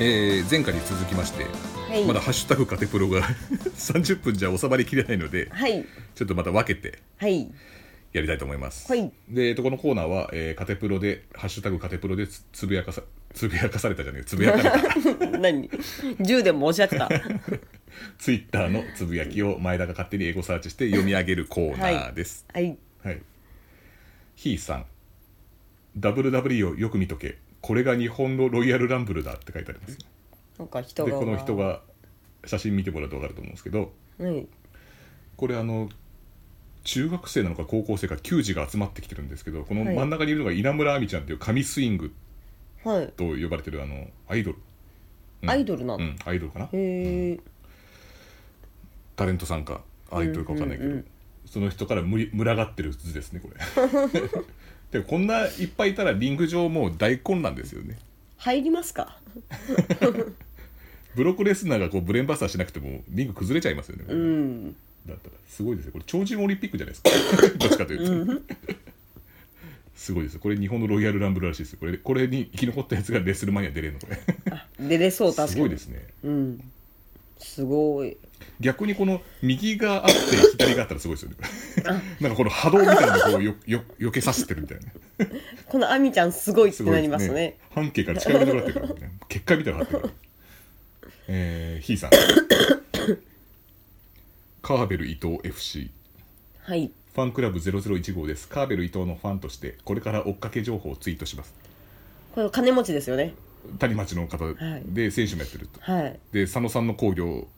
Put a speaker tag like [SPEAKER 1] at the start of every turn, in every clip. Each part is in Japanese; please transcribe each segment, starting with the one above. [SPEAKER 1] えー前回に続きまして、
[SPEAKER 2] はい
[SPEAKER 1] まだ「ハッシュタグカテプロ」が 30分じゃ収まりきれないので
[SPEAKER 2] はい
[SPEAKER 1] ちょっとまた分けて
[SPEAKER 2] はい
[SPEAKER 1] やりたいと思います、
[SPEAKER 2] はい
[SPEAKER 1] で、えっと、このコーナーは、えーカテプロで「ハッシュタグカテプロ」でつつぶやかさつぶやかされたじゃねえつぶやか れた
[SPEAKER 2] 何10でもおっしゃってた
[SPEAKER 1] ツイッターのつぶやきを前田が勝手に英語サーチして読み上げるコーナーです
[SPEAKER 2] はい
[SPEAKER 1] はい。ひーさん、WWE をよく見とけ。これが日本のロイヤルランブルだって書いてあります。
[SPEAKER 2] なんか人
[SPEAKER 1] で、
[SPEAKER 2] が
[SPEAKER 1] この人が写真見てもらうと分かると思うんですけど、
[SPEAKER 2] はい
[SPEAKER 1] これあの、中学生なのか高校生か球児が集まってきてるんですけど、この
[SPEAKER 2] はい
[SPEAKER 1] 真ん中にいるのが稲村亜美ちゃんっていう神スイング
[SPEAKER 2] はい
[SPEAKER 1] と呼ばれてるあの、アイドル。うん
[SPEAKER 2] アイドルなの、
[SPEAKER 1] うん、アイドルかな。
[SPEAKER 2] へえ
[SPEAKER 1] タレントさんか、アイドルか分かんないけど、
[SPEAKER 2] うんうんうん
[SPEAKER 1] その人からむり群がってる図ですね、これ。 でもこんないっぱいいたらリング上もう大混乱ですよね。
[SPEAKER 2] 入りますか
[SPEAKER 1] ブロックレスナーがこうブレーンバスターしなくてもリング崩れちゃいますよね、これ
[SPEAKER 2] うん
[SPEAKER 1] だったらすごいですよこれ超人オリンピックじゃないですか どっちかというと、すごいですよこれ日本のロイヤルランブルらしいですよこれこれに生き残ったやつがレスルマニア出れるのこれ
[SPEAKER 2] 出れそう確かに
[SPEAKER 1] すごいですね
[SPEAKER 2] うんすごい
[SPEAKER 1] 逆にこの右があっ て左があったらすごいですよねこれなんかこの波動みたいなのをこうよよ避けさせてるみたいな
[SPEAKER 2] このアミちゃんすごいって
[SPEAKER 1] すごい
[SPEAKER 2] な
[SPEAKER 1] で
[SPEAKER 2] りますね
[SPEAKER 1] 半径から近寄れなくなってくる から、ね、結果みたいなのがあってくるえー、ひーさんカーベル伊藤 FC
[SPEAKER 2] はい
[SPEAKER 1] ファンクラブ001号です。カーベル伊藤のファンとして、これから追っかけ情報をツイートします。
[SPEAKER 2] これ金持ちですよね
[SPEAKER 1] 谷町の方
[SPEAKER 2] はい
[SPEAKER 1] で選手もやってると。
[SPEAKER 2] はい
[SPEAKER 1] で、佐野さんの興行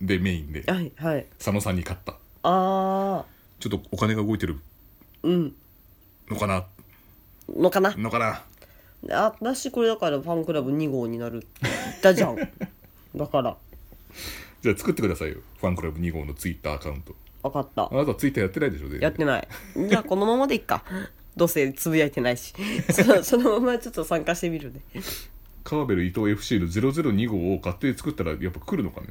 [SPEAKER 1] でメインで、
[SPEAKER 2] はいはい
[SPEAKER 1] 佐野さんに勝った。
[SPEAKER 2] ああ
[SPEAKER 1] ちょっとお金が動いてる
[SPEAKER 2] うん
[SPEAKER 1] のかな
[SPEAKER 2] のかな
[SPEAKER 1] のかな
[SPEAKER 2] あ私これだからファンクラブ2号になるって言ったじゃんだから
[SPEAKER 1] じゃあ作ってくださいよ。ファンクラブ2号のツイッターアカウント。
[SPEAKER 2] 分かった
[SPEAKER 1] あなたツイッターやってないでしょ、全然
[SPEAKER 2] やってないじゃあこのままでいっかどうせつぶやいてないしそ そのままちょっと参加してみるね
[SPEAKER 1] カーベル伊藤 FC の002号を勝手に作ったら、やっぱ来るのかね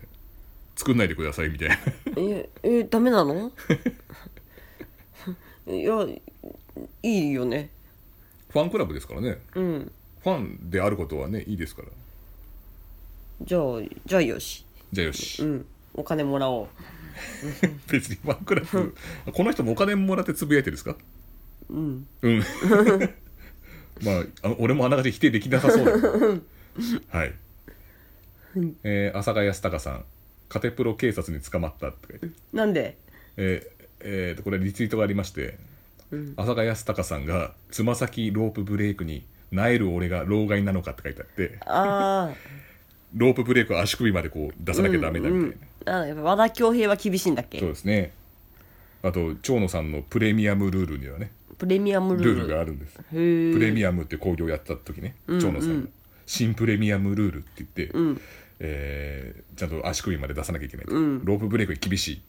[SPEAKER 1] 作んないでくださいみたいな。
[SPEAKER 2] ええダメなの いやいいよね
[SPEAKER 1] ファンクラブですからね。
[SPEAKER 2] うん
[SPEAKER 1] ファンであることはね、いいですから。
[SPEAKER 2] じゃあじゃあよし
[SPEAKER 1] じゃあよし。
[SPEAKER 2] うんお金もらおう
[SPEAKER 1] 別にファンクラ ブこの人もお金もらってつぶやいてるんですか
[SPEAKER 2] うん
[SPEAKER 1] うん まああ俺もあながち否定できなさそうだけど はい、えー、浅賀康隆さん「カテプロ警察に捕まった」って書いて、
[SPEAKER 2] なんで
[SPEAKER 1] えーえーとこれリツイートがありまして、浅賀康隆さんが「つま先ロープブレイクになえる俺が老害なのか」って書いてあって
[SPEAKER 2] あ
[SPEAKER 1] ロープブレイクは足首までこう出さなきゃダメだみたいな、
[SPEAKER 2] ああやっぱ和田恭平は厳しいんだっ
[SPEAKER 1] そう
[SPEAKER 2] け
[SPEAKER 1] ですねあと蝶野さんのプレミアムルールにはね
[SPEAKER 2] プレミアムル
[SPEAKER 1] ル
[SPEAKER 2] ー
[SPEAKER 1] ール
[SPEAKER 2] ル
[SPEAKER 1] があるんです
[SPEAKER 2] へえ
[SPEAKER 1] プレミアムっていう興行やってた時ね長野さんが、新プレミアムルールって言って、えーちゃんと足首まで出さなきゃいけないと、ロープブレイクに厳しい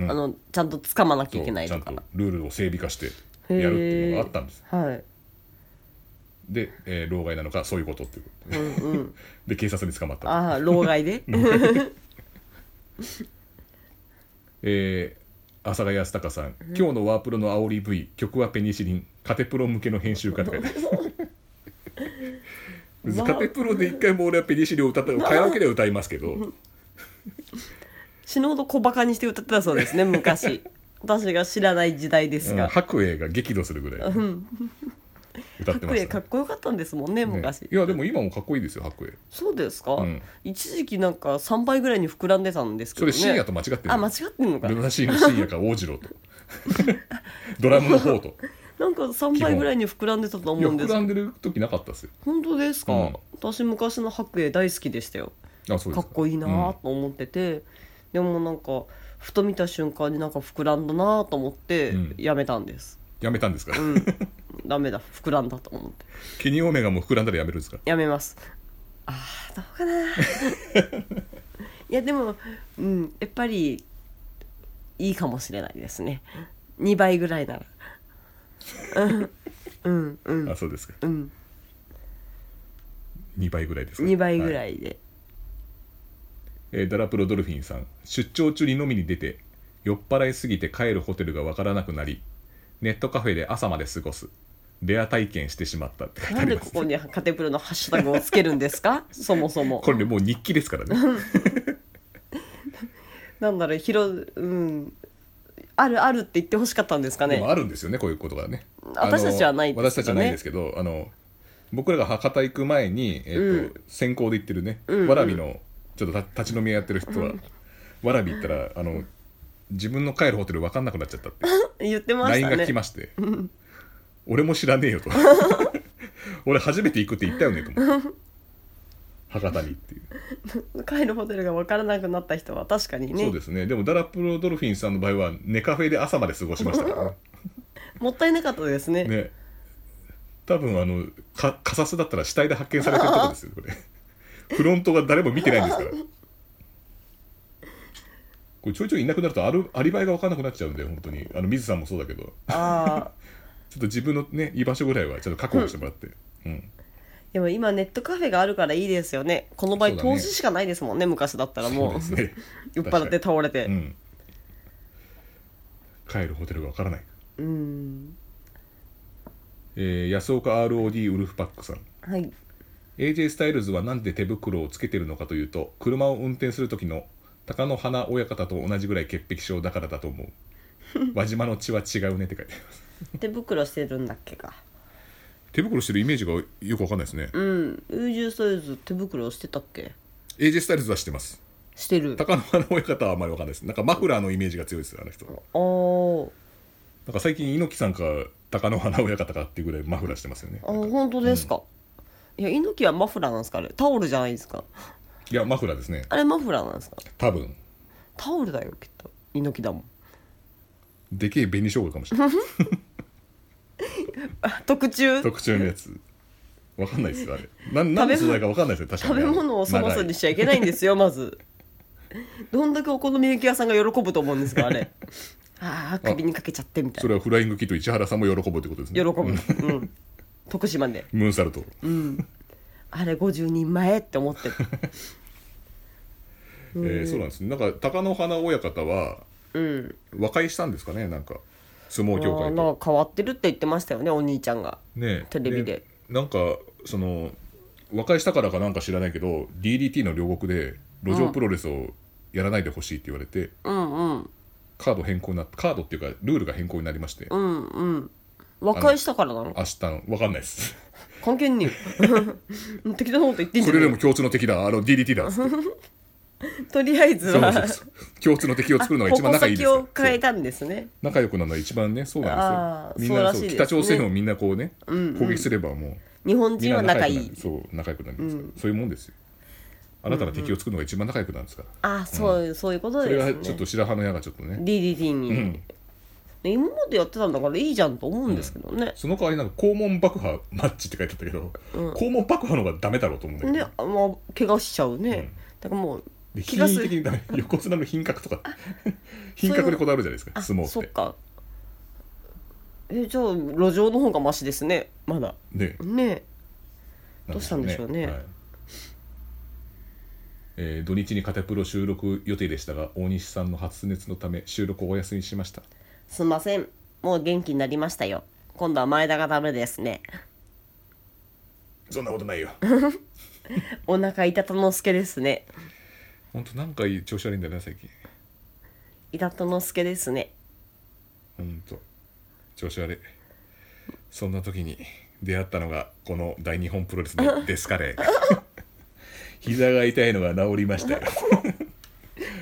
[SPEAKER 2] あのちゃんと掴まなき
[SPEAKER 1] と
[SPEAKER 2] ゃいけない
[SPEAKER 1] ちゃ
[SPEAKER 2] と
[SPEAKER 1] んと
[SPEAKER 2] か
[SPEAKER 1] ルールを整備化してやるっていうのがあったんです
[SPEAKER 2] はい
[SPEAKER 1] で、えー老害なのかそういうことっていうことで,、 で警察に捕まった、
[SPEAKER 2] ああ老害で
[SPEAKER 1] えー、浅賀康隆さん、今日のワープロの煽り V 曲はペニシリンカテプロ向けの編集家」って書いてあ りますカテプロで一回も俺はペニシリンを歌ったカラオケでは歌いますけど
[SPEAKER 2] 死ぬほど小バカにして歌ってたそうですね 昔私が知らない時代です
[SPEAKER 1] うん
[SPEAKER 2] が
[SPEAKER 1] 白衣が激怒するぐらい歌って
[SPEAKER 2] 白
[SPEAKER 1] ました
[SPEAKER 2] 衣か
[SPEAKER 1] ね
[SPEAKER 2] っこよかったんですもんね昔
[SPEAKER 1] ねいやでも今もかっこいいですよ白衣
[SPEAKER 2] そうですか、
[SPEAKER 1] うん
[SPEAKER 2] 一時期なんか3倍ぐらいに膨らんでたんですけ
[SPEAKER 1] そ
[SPEAKER 2] どね
[SPEAKER 1] れ深夜と間違ってる
[SPEAKER 2] あ間違ってんのか
[SPEAKER 1] ルナシーの深夜か大次郎 とドラムの方と
[SPEAKER 2] なんか3倍ぐらいに膨らんでたと
[SPEAKER 1] い
[SPEAKER 2] 思
[SPEAKER 1] や
[SPEAKER 2] うんで
[SPEAKER 1] 膨
[SPEAKER 2] す
[SPEAKER 1] らんでる時なかったっすよ
[SPEAKER 2] 本当ですか、
[SPEAKER 1] うん
[SPEAKER 2] 私昔の白衣大好きでしたよ
[SPEAKER 1] あそう
[SPEAKER 2] か
[SPEAKER 1] です
[SPEAKER 2] っこいいな
[SPEAKER 1] うん
[SPEAKER 2] と思ってて、でもなんかふと見た瞬間になんか膨らんだなと思って
[SPEAKER 1] うん
[SPEAKER 2] やめたんです、
[SPEAKER 1] やめたんですか
[SPEAKER 2] うん ダメだ膨らんだと思って
[SPEAKER 1] ケニーオメガも膨らんだらやめるんですか
[SPEAKER 2] やめますあーどうかな いやでもうんやっぱりいいかもしれないですね2倍ぐらいならうんうん
[SPEAKER 1] あそうですか
[SPEAKER 2] うん
[SPEAKER 1] 2倍ぐらいですか
[SPEAKER 2] 2倍ぐ
[SPEAKER 1] は
[SPEAKER 2] らいで、
[SPEAKER 1] えーダラプロドルフィンさん出張中に飲みに出て酔っ払いすぎて帰るホテルがわからなくなりネットカフェで朝まで過ごすレア体験してしまったって書いて
[SPEAKER 2] な
[SPEAKER 1] あ
[SPEAKER 2] ん
[SPEAKER 1] り
[SPEAKER 2] で
[SPEAKER 1] ま
[SPEAKER 2] こ
[SPEAKER 1] す
[SPEAKER 2] こにカテプロのハッシュタグをつけるんで すかそもそも
[SPEAKER 1] これもう日記ですからね
[SPEAKER 2] なんだろうひろうんあるあるって言ってほしかったんですか
[SPEAKER 1] で
[SPEAKER 2] ね
[SPEAKER 1] もあるんですよねこういうことがね
[SPEAKER 2] 私たちはない
[SPEAKER 1] で、
[SPEAKER 2] ですすけ
[SPEAKER 1] 私た
[SPEAKER 2] どね
[SPEAKER 1] ちはないですけどあの僕らが博多行く前に、えーと先行で行ってるね、
[SPEAKER 2] んうん
[SPEAKER 1] わらびのちょっとた立ち飲み屋やってる人は、わらび行ったらあの自分の帰るホテル分かんなくなっちゃったって
[SPEAKER 2] 言って まし
[SPEAKER 1] LINE
[SPEAKER 2] た
[SPEAKER 1] が来
[SPEAKER 2] ね
[SPEAKER 1] まして俺も知らねえよ と俺初めて行くって言ったよねと思って博多にっていう、
[SPEAKER 2] 帰るホテルが分からなくなった人は確かに
[SPEAKER 1] そう
[SPEAKER 2] ね
[SPEAKER 1] ですねでもダラプロドルフィンさんの場合は寝カフェで朝まで過ごしましたからね
[SPEAKER 2] もったいなかったですね
[SPEAKER 1] ね多分あのかカサスだったら死体で発見されてるとこですよこ れフロントが誰も見てないんですからこれちょいちょいいなくなるとアルアリバイが分かんなくなっちゃうんで本当にあの水さんもそうだけどちょ
[SPEAKER 2] ああ
[SPEAKER 1] っと自分のね居場所ぐらいはちょっと確保してもらって、うん、
[SPEAKER 2] でも今ネットカフェがあるからいいですよねこの場合
[SPEAKER 1] そうだね
[SPEAKER 2] 投資しかないですもんね昔だったら
[SPEAKER 1] そう
[SPEAKER 2] も
[SPEAKER 1] です
[SPEAKER 2] う
[SPEAKER 1] ね
[SPEAKER 2] 酔っ払って倒れて
[SPEAKER 1] うん帰るホテルが分からない、
[SPEAKER 2] うん
[SPEAKER 1] えー、安岡 ROD ウルフパックさん
[SPEAKER 2] はい
[SPEAKER 1] AJ スタイルズはなんで手袋をつけてるのかというと車を運転する時の鷹の花親方と同じぐらい潔癖症だからだと 思う輪島の血は違うねって書いてあります
[SPEAKER 2] 手袋してるんだっけか
[SPEAKER 1] 手袋してるイメージがよくわかんないですね、
[SPEAKER 2] うんウージューソイズ手袋してたっけ
[SPEAKER 1] AJ スタイルズはしてます
[SPEAKER 2] してる
[SPEAKER 1] 鷹の花親方はあまりわかんないですなんかマフラーのイメージが強いですよあの人な
[SPEAKER 2] あー
[SPEAKER 1] んか最近猪木さんか鷹の花親方かっていうぐらいマフラーしてますよね
[SPEAKER 2] あ本当ですか、いや猪木はマフラーなんですかあれタオルじゃないですか
[SPEAKER 1] いやマフラーですね
[SPEAKER 2] あれマフラーなんですか
[SPEAKER 1] 多分
[SPEAKER 2] タオルだよきっと猪木だもん
[SPEAKER 1] でけえ紅生姜かもしれない
[SPEAKER 2] あ特注
[SPEAKER 1] 特注のやつわかんないですよあれなん何の素材かわかんないですよ確か
[SPEAKER 2] 食
[SPEAKER 1] に
[SPEAKER 2] べ物を粗末にしちゃいけないんですよまずどんだけお好み焼き屋さんが喜ぶと思うんですか あれああ首にかけちゃってみたい
[SPEAKER 1] それ
[SPEAKER 2] な
[SPEAKER 1] はフライングキット市原さんも喜ぶってことです
[SPEAKER 2] 喜
[SPEAKER 1] ね
[SPEAKER 2] ぶうん徳島で
[SPEAKER 1] ムーンサルト、
[SPEAKER 2] あれ50人前って思ってる
[SPEAKER 1] えーそうなんですねなんか貴乃花親方は
[SPEAKER 2] うん
[SPEAKER 1] 和解したんですかねなんか相撲協
[SPEAKER 2] あ
[SPEAKER 1] 会
[SPEAKER 2] な
[SPEAKER 1] と
[SPEAKER 2] んか変わってるって言ってましたよねお兄ちゃんが
[SPEAKER 1] ねえ
[SPEAKER 2] テレビで
[SPEAKER 1] なんかその和解したからかなんか知らないけど DDT の両国で路上プロレスをやらないでほしいって言われて、
[SPEAKER 2] うんうん
[SPEAKER 1] カード変更になってカードっていうかルールが変更になりまして、
[SPEAKER 2] うんうん和解したからなの
[SPEAKER 1] 明日のわかんないです
[SPEAKER 2] 関係ねえよ適当なこと言ってんじ
[SPEAKER 1] そ
[SPEAKER 2] ゃね
[SPEAKER 1] れ
[SPEAKER 2] え
[SPEAKER 1] で
[SPEAKER 2] よ
[SPEAKER 1] も共通の敵だあの DDT だっつって
[SPEAKER 2] とりあえ ず
[SPEAKER 1] そう
[SPEAKER 2] は
[SPEAKER 1] そうそう共通の敵を作るのが一番
[SPEAKER 2] あ
[SPEAKER 1] 仲いいですから
[SPEAKER 2] 矛先を変えたんですね
[SPEAKER 1] 仲良くなるのは一番ねそうなん
[SPEAKER 2] あー
[SPEAKER 1] ですよみん
[SPEAKER 2] そう
[SPEAKER 1] な
[SPEAKER 2] ら
[SPEAKER 1] そ
[SPEAKER 2] し
[SPEAKER 1] う
[SPEAKER 2] いです
[SPEAKER 1] 北
[SPEAKER 2] ね
[SPEAKER 1] 朝鮮をみんなこうね、攻撃すればもう
[SPEAKER 2] 日本
[SPEAKER 1] みん
[SPEAKER 2] 人
[SPEAKER 1] な
[SPEAKER 2] は仲い
[SPEAKER 1] 良くないるそう仲良くなりますから、そういうもんですよ新たな敵を作るのが一番仲良くなるんですから、
[SPEAKER 2] あそう、そういうこと
[SPEAKER 1] そ
[SPEAKER 2] で
[SPEAKER 1] れ
[SPEAKER 2] すね
[SPEAKER 1] はちょっと白羽の矢がちょっとね
[SPEAKER 2] DDT に、ね今までやってたんだからいいじゃんと思うんですけどね、
[SPEAKER 1] その代わりなんか肛門爆破マッチって書いてあったけど、肛門爆破の方がダメだろうと思うんだけ
[SPEAKER 2] で
[SPEAKER 1] ど、
[SPEAKER 2] あまあ怪我しちゃうね、だからもう
[SPEAKER 1] で
[SPEAKER 2] 気
[SPEAKER 1] 品
[SPEAKER 2] が
[SPEAKER 1] 位
[SPEAKER 2] す
[SPEAKER 1] 的
[SPEAKER 2] る
[SPEAKER 1] にダメ 横綱の品格とか品格でこだわるじゃないですか
[SPEAKER 2] あ
[SPEAKER 1] 相撲
[SPEAKER 2] そ
[SPEAKER 1] っ
[SPEAKER 2] ってかえじゃあ路上の方がマシですねまだ
[SPEAKER 1] ね
[SPEAKER 2] ねどうしたんでしょうね
[SPEAKER 1] はいえー土日にカテプロ収録予定でしたが大西さんの発熱のため収録をお休みしました
[SPEAKER 2] すんませんもう元気になりましたよ今度は前田がダメですね
[SPEAKER 1] そんなことない よ
[SPEAKER 2] お腹いたたのすけですね
[SPEAKER 1] 本当なんかいい調子悪いんだよな最近
[SPEAKER 2] いたたのすけですね
[SPEAKER 1] 本当調子悪いそんな時に出会ったのがこの大日本プロレスのデスカレー膝が痛いのが治りました よ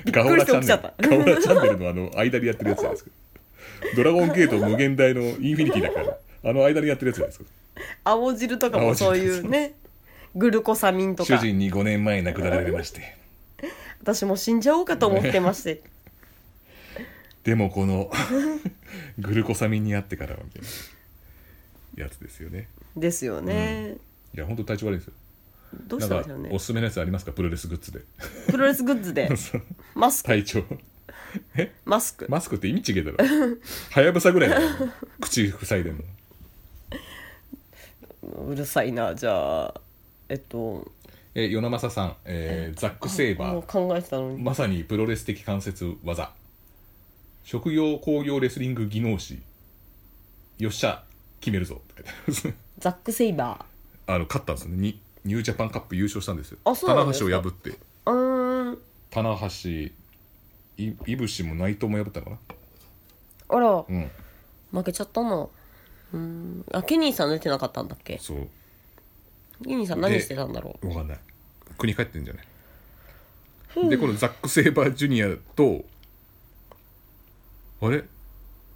[SPEAKER 1] ガオ
[SPEAKER 2] く
[SPEAKER 1] ラ
[SPEAKER 2] りし
[SPEAKER 1] チ
[SPEAKER 2] て
[SPEAKER 1] ャ
[SPEAKER 2] 起
[SPEAKER 1] ンネ
[SPEAKER 2] きち
[SPEAKER 1] ルガオ
[SPEAKER 2] ゃった
[SPEAKER 1] ラチャンネルのあの間でやってるやつなんですけどドラゴンゲート無限大のインフィニティだからあの間でやってるやつじゃないですか
[SPEAKER 2] 青汁とかもそういうねグルコサミンと
[SPEAKER 1] 主
[SPEAKER 2] か
[SPEAKER 1] 人に5年前亡くなられまして
[SPEAKER 2] 私も死んじゃおうかと思ってまして
[SPEAKER 1] でもこのグルコサミンにあってからはみたいなやつですよね
[SPEAKER 2] ですよね、
[SPEAKER 1] いや本当体調悪いんですよ
[SPEAKER 2] どう
[SPEAKER 1] な
[SPEAKER 2] し
[SPEAKER 1] ん
[SPEAKER 2] たん
[SPEAKER 1] か
[SPEAKER 2] でしょう
[SPEAKER 1] お
[SPEAKER 2] ね
[SPEAKER 1] すすめのやつありますかプロレスグッズで
[SPEAKER 2] プロレスグッ ズで
[SPEAKER 1] そう
[SPEAKER 2] マスク
[SPEAKER 1] 体調
[SPEAKER 2] マスク
[SPEAKER 1] マスクって意味違えだろはやぶさぐらいだよ口塞いでんの
[SPEAKER 2] うるさいなじゃあえっと
[SPEAKER 1] え与那政さん、えーザック・セイバ
[SPEAKER 2] もう
[SPEAKER 1] ー
[SPEAKER 2] 考えてたのに
[SPEAKER 1] まさにプロレス的関節技職業工業レスリング技能士よっしゃ決めるぞって書いてあります
[SPEAKER 2] ザック・セイバ
[SPEAKER 1] あの勝ったんですねにニュージャパンカップ優勝したんですよ
[SPEAKER 2] あそうなんですか
[SPEAKER 1] 棚橋を破って
[SPEAKER 2] ーうーん
[SPEAKER 1] 棚橋いいぶしも内藤も破ったのかな
[SPEAKER 2] あら
[SPEAKER 1] うん
[SPEAKER 2] 負けちゃったなうーんあケニーさん出てなかったんだっけ
[SPEAKER 1] そう
[SPEAKER 2] ケニーさん何してたんだろ
[SPEAKER 1] わかんない国帰ってんじゃないでこのザック・セイバージュニアとあれ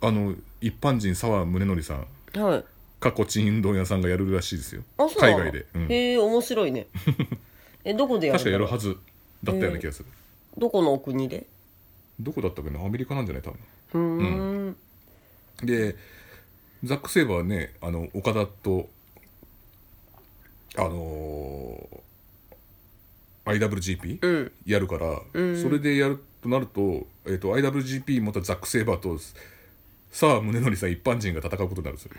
[SPEAKER 1] あの一般人澤宗則さん
[SPEAKER 2] うはい
[SPEAKER 1] 過去チンドン屋さんがやるらしいですよ
[SPEAKER 2] あそうな
[SPEAKER 1] 海
[SPEAKER 2] の
[SPEAKER 1] 外で、うん
[SPEAKER 2] へえ面 白いねえどこでやる
[SPEAKER 1] 確かや
[SPEAKER 2] の
[SPEAKER 1] るはずだったような気がする、
[SPEAKER 2] どこのお国で
[SPEAKER 1] どこだったかなアメリカなんじゃない多分
[SPEAKER 2] うーん
[SPEAKER 1] でザック・セイバーはねあの岡田とあのー IWGP、
[SPEAKER 2] うん
[SPEAKER 1] やるから、それでやるとなると,、えー、と IWGP またザック・セイバーとさあ宗則さん一般人が戦うことになるんですよ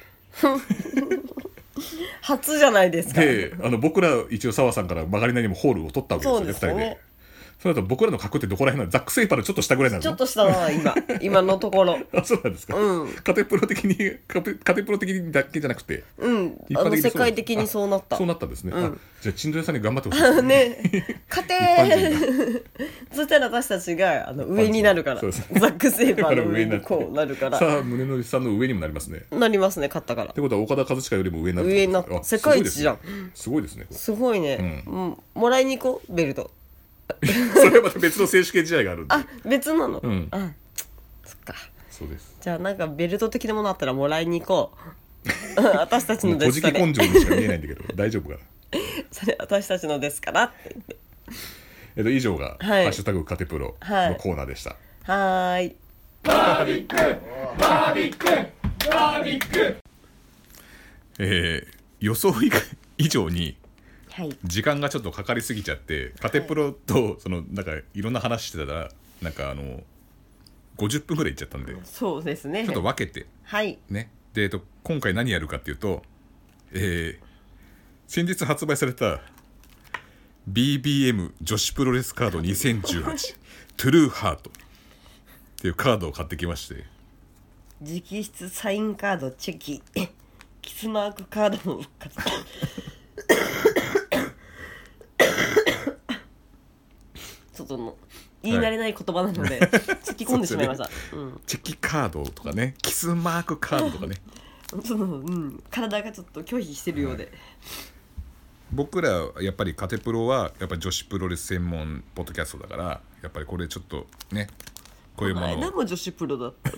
[SPEAKER 2] 初じゃないですか
[SPEAKER 1] であの僕ら一応澤さんから曲がりなりにもホールを取ったわけですよね二
[SPEAKER 2] そうですね
[SPEAKER 1] 人でそうなると僕らの格ってどこら辺なのザック・セイバーのちょっと下ぐらいなの
[SPEAKER 2] ちょっとしたな今今のところ
[SPEAKER 1] あそうなんですか、
[SPEAKER 2] うん
[SPEAKER 1] カテプロ的にカテカテプロ的にだけじゃなくて
[SPEAKER 2] うん
[SPEAKER 1] 一
[SPEAKER 2] あ
[SPEAKER 1] 般
[SPEAKER 2] の
[SPEAKER 1] 的にそう
[SPEAKER 2] 世界的にそうなった
[SPEAKER 1] そうなったんですね、
[SPEAKER 2] うん
[SPEAKER 1] あじゃあ陳道屋さんに頑張って ほしいですね
[SPEAKER 2] ね勝てーそしたら私たちがあの上になるからザ
[SPEAKER 1] そうそう
[SPEAKER 2] ック・セイ
[SPEAKER 1] だ
[SPEAKER 2] バ
[SPEAKER 1] か
[SPEAKER 2] ー
[SPEAKER 1] ら
[SPEAKER 2] の
[SPEAKER 1] 上
[SPEAKER 2] 上
[SPEAKER 1] にな
[SPEAKER 2] に
[SPEAKER 1] って
[SPEAKER 2] こうなるから
[SPEAKER 1] さあ宗則さんの上にもなりますねっ
[SPEAKER 2] なりますね勝ったから
[SPEAKER 1] てことは岡田和親よりも上になる
[SPEAKER 2] 上になっ
[SPEAKER 1] あ
[SPEAKER 2] 世界一じゃん
[SPEAKER 1] すごいですねすごいですねこれ
[SPEAKER 2] すごいね、
[SPEAKER 1] う
[SPEAKER 2] うん、もらいに行こうベルト
[SPEAKER 1] それはまた別の選手権試合があるんで
[SPEAKER 2] あ別なの、
[SPEAKER 1] うん
[SPEAKER 2] あそっか
[SPEAKER 1] そうです
[SPEAKER 2] じゃあなんかベルト的なものあったらもらいに行こ う私たち
[SPEAKER 1] も
[SPEAKER 2] の
[SPEAKER 1] う
[SPEAKER 2] で
[SPEAKER 1] こ
[SPEAKER 2] す
[SPEAKER 1] じ
[SPEAKER 2] か
[SPEAKER 1] き
[SPEAKER 2] ら
[SPEAKER 1] 根性にしか見えないんだけど 大丈夫かな
[SPEAKER 2] それ私たちのですからって言って
[SPEAKER 1] えっと以上が「
[SPEAKER 2] はい
[SPEAKER 1] ハッシュタグカテプロ」のコーナーでした、
[SPEAKER 2] はーい
[SPEAKER 1] えー予想以外以上に
[SPEAKER 2] はい
[SPEAKER 1] 時間がちょっとかかりすぎちゃってカテプロとそのなんかいろんな話してたらなんかあの50分ぐらいいっちゃったんでち
[SPEAKER 2] そうですね
[SPEAKER 1] ょっと分けて
[SPEAKER 2] はい
[SPEAKER 1] ねで、えっと、今回何やるかっていうとえー先日発売された BBM 女子プロレスカード2018トゥルーハートっていうカードを買ってきまして
[SPEAKER 2] 直筆サインカードチェキ キスマークカード の復活ちょっとの言い慣れない言葉なので、突き込んでしまい ました、うん
[SPEAKER 1] チェキカードとかねキスマークカードとかね
[SPEAKER 2] そのうん、体がちょっと拒否してるようで、
[SPEAKER 1] 僕らやっぱりカテプロはやっぱ女子プロレス専門ポッドキャストだからやっぱりこれちょっとねこういうもの
[SPEAKER 2] 前
[SPEAKER 1] を
[SPEAKER 2] も女子プロだった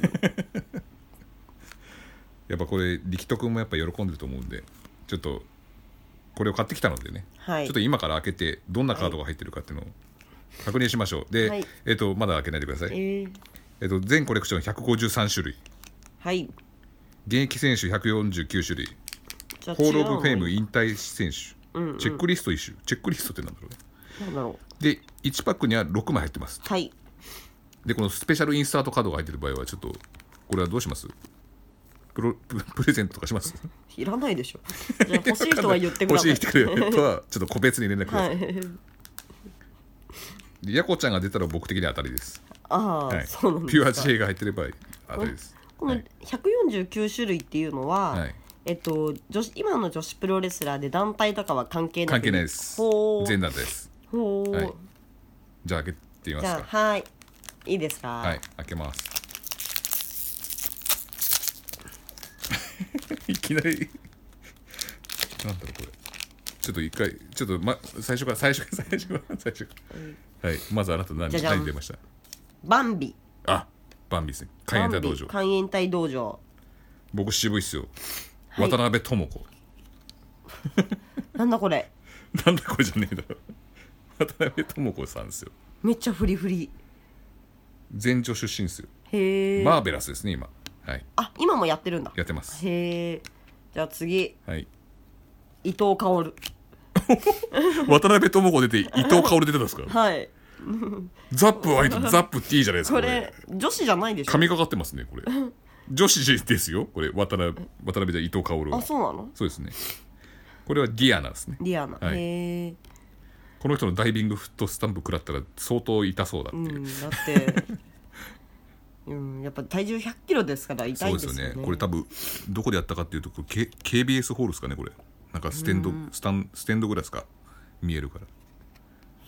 [SPEAKER 1] やっぱこれ力斗くんもやっぱ喜んでると思うんでちょっとこれを買ってきたのでね、
[SPEAKER 2] はい
[SPEAKER 1] ちょっと今から開けてどんなカードが入ってるかっていうのを確認しましょうで、
[SPEAKER 2] はい
[SPEAKER 1] えっ、とまだ開けないでくださ
[SPEAKER 2] え
[SPEAKER 1] い、
[SPEAKER 2] ー、
[SPEAKER 1] えっと全コレクション153種類
[SPEAKER 2] はい
[SPEAKER 1] 現役選手149種類
[SPEAKER 2] じゃあ
[SPEAKER 1] ホール・オブ・フ
[SPEAKER 2] 違
[SPEAKER 1] ェー
[SPEAKER 2] うの
[SPEAKER 1] ム
[SPEAKER 2] に
[SPEAKER 1] 引退選手、
[SPEAKER 2] うんうん
[SPEAKER 1] チェックリスト一種チェックリストってなんだろうね
[SPEAKER 2] なんだろ
[SPEAKER 1] で1パックには6枚入ってます
[SPEAKER 2] うはい
[SPEAKER 1] でこのスペシャルインサートカードが入ってる場合はちょっとこれはどうしますプロププレゼントとかします
[SPEAKER 2] いらない でしょじゃあ欲しい人は言ってください
[SPEAKER 1] 欲しい人は言ってくれはちょっと個別に連絡ください、
[SPEAKER 2] はい
[SPEAKER 1] でヤコちゃんが出たら僕的には当たりです,、
[SPEAKER 2] ああ、
[SPEAKER 1] はい、
[SPEAKER 2] そうなんです
[SPEAKER 1] ピュ
[SPEAKER 2] か
[SPEAKER 1] ア知恵が入ってれば当たりです
[SPEAKER 2] この
[SPEAKER 1] はい
[SPEAKER 2] 149種類っていうのは、
[SPEAKER 1] はい
[SPEAKER 2] えっと、女子今の女子プロレスラーで団体とかは関係なく
[SPEAKER 1] 関係ないです
[SPEAKER 2] ほう
[SPEAKER 1] 全団です
[SPEAKER 2] ほう、
[SPEAKER 1] はいじゃあ開けてみま
[SPEAKER 2] じ
[SPEAKER 1] す
[SPEAKER 2] ゃあ
[SPEAKER 1] か
[SPEAKER 2] はいいいですか、
[SPEAKER 1] はい開けます いきなりなんだろうこれちょっと一回ちょっと、ま、最初から最初から最初から最初からはいまずあなた何
[SPEAKER 2] じゃじゃん
[SPEAKER 1] 何出ました
[SPEAKER 2] バンビ
[SPEAKER 1] あバンビですね海援隊道場
[SPEAKER 2] バンビ海援隊道場
[SPEAKER 1] 僕渋いっすよ、
[SPEAKER 2] はい
[SPEAKER 1] 渡辺智子
[SPEAKER 2] なんだこれ
[SPEAKER 1] なんだこれじゃねえだろ渡辺智子さんですよ
[SPEAKER 2] めっちゃフリフリ
[SPEAKER 1] 全女出身ですよ
[SPEAKER 2] へえ、
[SPEAKER 1] マーベラスですね今はい
[SPEAKER 2] あ今もやってるんだ
[SPEAKER 1] やってます
[SPEAKER 2] へえじゃあ次
[SPEAKER 1] はい
[SPEAKER 2] 伊藤薫
[SPEAKER 1] 渡辺智子出て伊藤薫出てたん ですか
[SPEAKER 2] はい
[SPEAKER 1] ザップはいいとザップっていいじゃないですか
[SPEAKER 2] こ
[SPEAKER 1] こ
[SPEAKER 2] れ
[SPEAKER 1] れ
[SPEAKER 2] 女子じゃないでしょ
[SPEAKER 1] 神がかってますね これ女子ですよこれ渡辺渡辺じゃ伊藤薫は
[SPEAKER 2] あそうなの
[SPEAKER 1] そうですねこれはディアナですね
[SPEAKER 2] リアナ、
[SPEAKER 1] はい
[SPEAKER 2] へえ
[SPEAKER 1] この人のダイビングフットスタンプ食らったら相当痛そうだって
[SPEAKER 2] う
[SPEAKER 1] いう、
[SPEAKER 2] んだって うん、やっぱ体重100キロですから痛
[SPEAKER 1] そう
[SPEAKER 2] い
[SPEAKER 1] で
[SPEAKER 2] ですす
[SPEAKER 1] よ
[SPEAKER 2] よね
[SPEAKER 1] ねこれ多分どこでやったかっていうとこれ、K、KBS ホールですかねこれなんかステンド、スタンステンドグラスか見えるから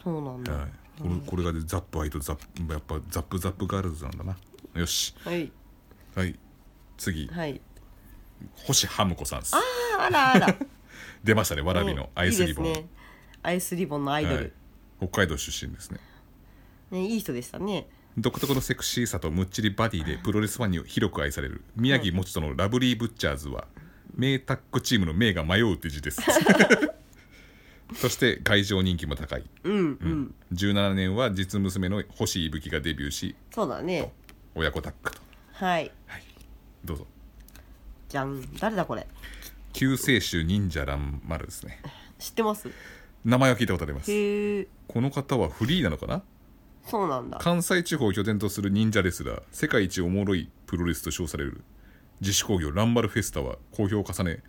[SPEAKER 2] そうなんだ、
[SPEAKER 1] はい、これこれがでザップアイとザップやっぱザップザップガールズなんだなよし
[SPEAKER 2] はい
[SPEAKER 1] はい次
[SPEAKER 2] はい
[SPEAKER 1] 星ハムコさんです
[SPEAKER 2] ああらあら
[SPEAKER 1] 出ましたねわらびのアイスリボン、
[SPEAKER 2] いいですねアイスリボンのアイドル、
[SPEAKER 1] はい、北海道出身ですね
[SPEAKER 2] ね、いい人でしたね
[SPEAKER 1] 独特のセクシーさとむっちりバディでプロレスファンに広く愛される宮城もちとのラブリーブッチャーズは名タッグチームの名が迷うって字 ですそして会場人気も高い、
[SPEAKER 2] うんうん、
[SPEAKER 1] 17年は実娘の星いぶきがデビューし
[SPEAKER 2] そうだね
[SPEAKER 1] 親子タッグと
[SPEAKER 2] はい
[SPEAKER 1] どうぞ
[SPEAKER 2] じゃん誰だこれ
[SPEAKER 1] 救世主忍者乱丸ですね
[SPEAKER 2] 知ってます
[SPEAKER 1] 名前は聞いたことあります
[SPEAKER 2] へえ
[SPEAKER 1] この方はフリーなのかな
[SPEAKER 2] そうなんだ
[SPEAKER 1] 関西地方を拠点とする忍者レスラー世界一おもろいプロレスと称される自主興行ランバルフェスタは好評を重ね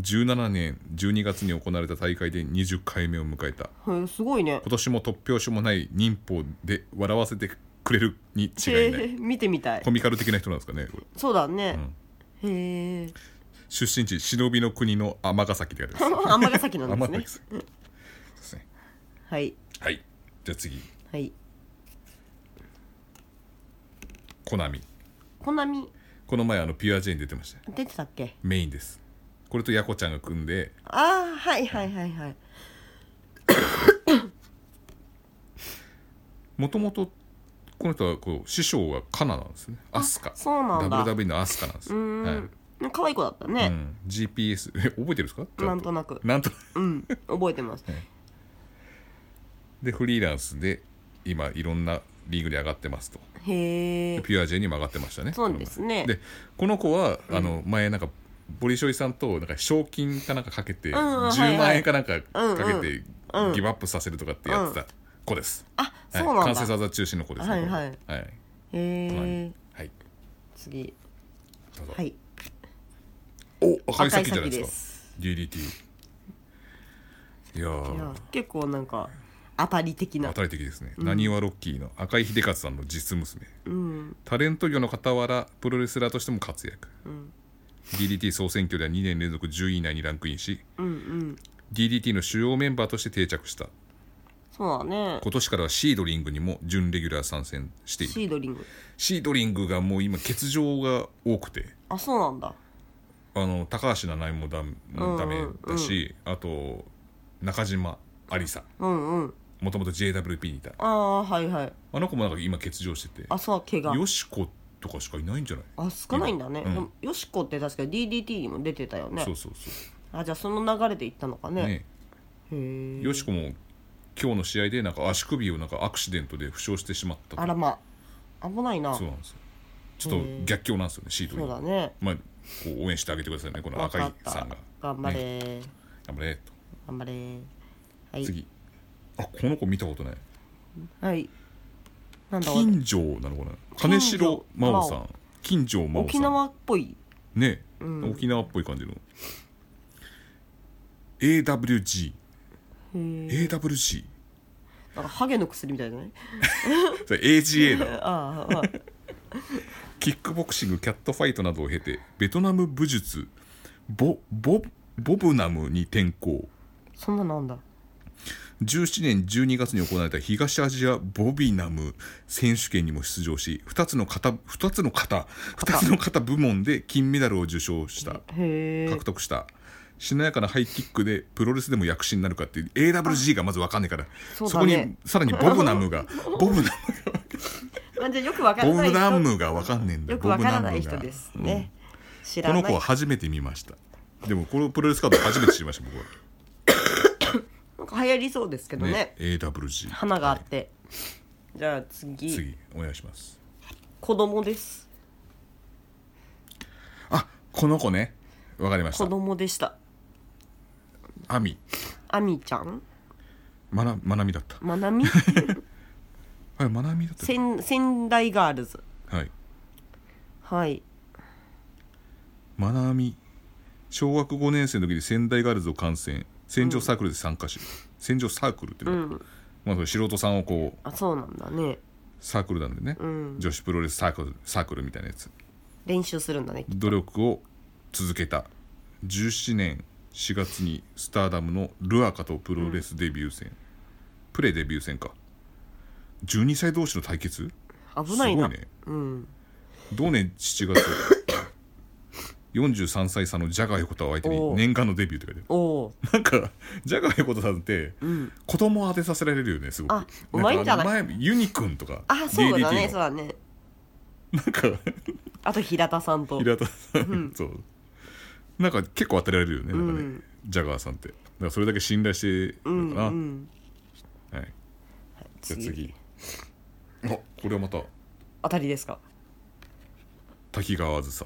[SPEAKER 1] 17年12月に行われた大会で20回目を迎えた
[SPEAKER 2] へえすごいね
[SPEAKER 1] 今年も突拍子もない忍法で笑わせてくれるに違いな
[SPEAKER 2] へ
[SPEAKER 1] い
[SPEAKER 2] え見てみたい
[SPEAKER 1] コミカル的な人なんですかねこれ
[SPEAKER 2] そうだね、へえ
[SPEAKER 1] 出身地忍びの国の尼崎であります
[SPEAKER 2] 尼崎なんです
[SPEAKER 1] 尼崎
[SPEAKER 2] ね
[SPEAKER 1] ですそうですね
[SPEAKER 2] はい
[SPEAKER 1] はいじゃあ次
[SPEAKER 2] はい
[SPEAKER 1] コナミ
[SPEAKER 2] こんなみ
[SPEAKER 1] この前あのピュアジェイン出てました
[SPEAKER 2] 出てたっけ
[SPEAKER 1] メインですこれとヤコちゃんが組んで
[SPEAKER 2] ああはいはいはいはい
[SPEAKER 1] もともとこの人はこう師匠はカナなんですねアスカ
[SPEAKER 2] そうなんだ
[SPEAKER 1] WW のアスカなんです
[SPEAKER 2] う
[SPEAKER 1] よ
[SPEAKER 2] ーん、
[SPEAKER 1] はい
[SPEAKER 2] 可愛い子だった
[SPEAKER 1] う
[SPEAKER 2] ね、
[SPEAKER 1] ん、GPS え覚えてるんですかちゃ
[SPEAKER 2] なんとなく
[SPEAKER 1] なんと なく
[SPEAKER 2] うん、覚えてます
[SPEAKER 1] でフリーランスで今いろんなリーグに上がってますと
[SPEAKER 2] へえ
[SPEAKER 1] ピュア J にも上がってましたね
[SPEAKER 2] そうですね
[SPEAKER 1] でこの子は、あの前なんかボリショイさんとなんか賞金かなんかかけて、
[SPEAKER 2] んうん
[SPEAKER 1] 10
[SPEAKER 2] は
[SPEAKER 1] 万
[SPEAKER 2] いは
[SPEAKER 1] 円
[SPEAKER 2] い
[SPEAKER 1] かなんかかけてギ
[SPEAKER 2] うんうん
[SPEAKER 1] ブアップさせるとかってやってた子です、
[SPEAKER 2] あ
[SPEAKER 1] は
[SPEAKER 2] そ
[SPEAKER 1] いう
[SPEAKER 2] な
[SPEAKER 1] 関
[SPEAKER 2] んだ、
[SPEAKER 1] 節技中心の子ですね
[SPEAKER 2] はいはい
[SPEAKER 1] これはい
[SPEAKER 2] へえ
[SPEAKER 1] はい
[SPEAKER 2] 次
[SPEAKER 1] どうぞ
[SPEAKER 2] はい
[SPEAKER 1] お赤い先じゃない
[SPEAKER 2] 赤
[SPEAKER 1] で
[SPEAKER 2] い先ですす
[SPEAKER 1] か DDT いや
[SPEAKER 2] いや
[SPEAKER 1] ー
[SPEAKER 2] 結構なんか当たり的な
[SPEAKER 1] 当たり的ですねなにわロッキーの赤井秀勝さんの実娘
[SPEAKER 2] うん
[SPEAKER 1] タレント業の傍らプロレスラーとしても活躍
[SPEAKER 2] うん
[SPEAKER 1] DDT 総選挙では2年連続10位以内にランクインし
[SPEAKER 2] うんうん
[SPEAKER 1] DDT の主要メンバーとして定着した
[SPEAKER 2] そうだね
[SPEAKER 1] 今年からはシードリングにも準レギュラー参戦している
[SPEAKER 2] シードリング
[SPEAKER 1] シードリングがもう今欠場が多くて
[SPEAKER 2] あそうなんだ
[SPEAKER 1] あの高橋七重もダメ
[SPEAKER 2] うん
[SPEAKER 1] ダメだし、あと中島ありさ
[SPEAKER 2] うんうん
[SPEAKER 1] もともと JWP にいた
[SPEAKER 2] ああはいはい
[SPEAKER 1] あの子もなんか今欠場してて
[SPEAKER 2] あそう怪我
[SPEAKER 1] よしことかしかいないんじゃない
[SPEAKER 2] あ少ないんだね、
[SPEAKER 1] うん
[SPEAKER 2] でもよしこって確か DDT にも出てたよね
[SPEAKER 1] そうそうそう
[SPEAKER 2] あじゃあその流れで行ったのかね
[SPEAKER 1] ね
[SPEAKER 2] へえ
[SPEAKER 1] よしこも今日の試合でなんか足首をなんかアクシデントで負傷してしまったと
[SPEAKER 2] あらまあ危ないな
[SPEAKER 1] そうなんですよちょっと逆境なんですよねシート
[SPEAKER 2] そう
[SPEAKER 1] に
[SPEAKER 2] だね
[SPEAKER 1] まあこう応援してあげてくださいねこの
[SPEAKER 2] わ
[SPEAKER 1] 赤
[SPEAKER 2] か
[SPEAKER 1] 井
[SPEAKER 2] った
[SPEAKER 1] さんが
[SPEAKER 2] 頑張れ、
[SPEAKER 1] ね頑張れと
[SPEAKER 2] 頑張れはい
[SPEAKER 1] 次あこの子見たことない
[SPEAKER 2] はいなんだ
[SPEAKER 1] 金城なのかな金城真央さん金城真央さん
[SPEAKER 2] 沖縄っぽい
[SPEAKER 1] ね、
[SPEAKER 2] ん
[SPEAKER 1] 沖縄っぽい感じの AWG
[SPEAKER 2] へえ
[SPEAKER 1] AWG
[SPEAKER 2] なんかハゲの薬みたいじゃない
[SPEAKER 1] それ AGA だ
[SPEAKER 2] ああああ
[SPEAKER 1] キックボクシングキャットファイトなどを経てベトナム武術ボボボブナムに転向
[SPEAKER 2] そんななんだ
[SPEAKER 1] 17年12月に行われた東アジアボビナム選手権にも出場し2つの型2つの型2つの型部門で金メダルを受賞した
[SPEAKER 2] へえ
[SPEAKER 1] 獲得したしなやかなハイキックでプロレスでも躍進になるかっていう AWG がまず分かんないから
[SPEAKER 2] そ
[SPEAKER 1] そうこ
[SPEAKER 2] だね
[SPEAKER 1] にさらにボブナム がボブナム
[SPEAKER 2] あじゃあよくわから
[SPEAKER 1] ボ
[SPEAKER 2] な
[SPEAKER 1] ブ
[SPEAKER 2] い
[SPEAKER 1] ナ
[SPEAKER 2] 人
[SPEAKER 1] ムが分かんねえんだ
[SPEAKER 2] よくわからな
[SPEAKER 1] ボブ
[SPEAKER 2] い人
[SPEAKER 1] ナムが
[SPEAKER 2] ですね、知
[SPEAKER 1] こ
[SPEAKER 2] ら
[SPEAKER 1] の
[SPEAKER 2] ない
[SPEAKER 1] 子は初めて見ましたでもこのプロレスカード初めて知りました僕は
[SPEAKER 2] なんか流行りそうですけどね
[SPEAKER 1] ね AWG
[SPEAKER 2] 花があって、じゃあ次
[SPEAKER 1] 次お願いします
[SPEAKER 2] 子供です
[SPEAKER 1] あこの子ねわかりまし
[SPEAKER 2] 子
[SPEAKER 1] た
[SPEAKER 2] 供でした
[SPEAKER 1] アミ
[SPEAKER 2] あみちゃん
[SPEAKER 1] まなまなみだった
[SPEAKER 2] ま なみ
[SPEAKER 1] はいまなみだった
[SPEAKER 2] せん仙台ガールズ
[SPEAKER 1] はい
[SPEAKER 2] はい
[SPEAKER 1] まなみ小学5年生の時に仙台ガールズを観戦戦場サークルで参加し、戦場サークルっていうの、まあそれ素人さんをこう
[SPEAKER 2] あそうなんだね
[SPEAKER 1] サークルなんでね、
[SPEAKER 2] うん
[SPEAKER 1] 女子プロレスサークルサークルみたいなやつ
[SPEAKER 2] 練習するんだね
[SPEAKER 1] 努力を続けた17年4月にスターダムのルアカとプロレスデビュー戦、プレデビュー戦か12歳同士の対決
[SPEAKER 2] 危ないな
[SPEAKER 1] すごいね
[SPEAKER 2] うん
[SPEAKER 1] 同年7月 43歳差のジャガー横田を相手
[SPEAKER 2] お
[SPEAKER 1] に
[SPEAKER 2] う
[SPEAKER 1] 念願のデビューって書いてある
[SPEAKER 2] おおう
[SPEAKER 1] なんかジャガー横田さんって、子供を当てさせられるよねすごく
[SPEAKER 2] あうまいんじゃない
[SPEAKER 1] かあの前ユニくんとか
[SPEAKER 2] あそうだ
[SPEAKER 1] DDT
[SPEAKER 2] ね
[SPEAKER 1] の
[SPEAKER 2] そうだね
[SPEAKER 1] なんか
[SPEAKER 2] あと平田さんと
[SPEAKER 1] 平田さん、そうなんか結構当てられるよねなんかね、
[SPEAKER 2] うん
[SPEAKER 1] ジャガーさんってだからそれだけ信頼してる
[SPEAKER 2] うん
[SPEAKER 1] のかな、
[SPEAKER 2] うん
[SPEAKER 1] はい、じゃあ次あこれはまた
[SPEAKER 2] 当たりですか
[SPEAKER 1] 滝川あずさ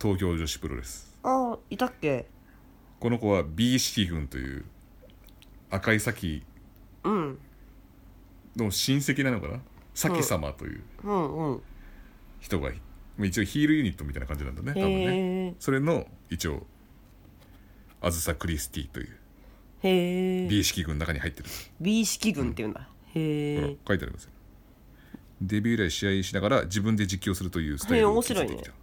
[SPEAKER 1] 東京女子プロレス
[SPEAKER 2] ああいたっけ
[SPEAKER 1] この子は B 式軍という赤い咲
[SPEAKER 2] うん
[SPEAKER 1] の親戚なのかな咲様という
[SPEAKER 2] うんうん
[SPEAKER 1] 人が、まあ一応ヒールユニットみたいな感じなんだね多分ね
[SPEAKER 2] へえ
[SPEAKER 1] それの一応あずさクリスティという
[SPEAKER 2] へえ
[SPEAKER 1] B 式軍の中に入ってる
[SPEAKER 2] B 式軍っていうんだへ
[SPEAKER 1] ほら
[SPEAKER 2] え
[SPEAKER 1] 書いてありますよデビュー以来試合しながら自分で実況するというスタイ
[SPEAKER 2] へえ
[SPEAKER 1] ルを
[SPEAKER 2] 面
[SPEAKER 1] 築
[SPEAKER 2] 白い
[SPEAKER 1] い
[SPEAKER 2] ね
[SPEAKER 1] てきた、